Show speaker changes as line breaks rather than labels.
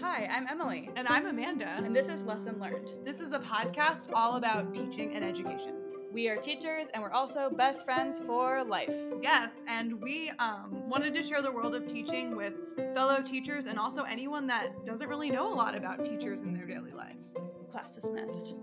Hi, I'm Emily,
And I'm Amanda.
and this is Lesson Learned.
This is a podcast all about teaching and education.
We are teachers and we're also best friends for life.
Yes, and we um, wanted to share the world of teaching with fellow teachers and also anyone that doesn't really know a lot about teachers in their daily life.
Class dismissed.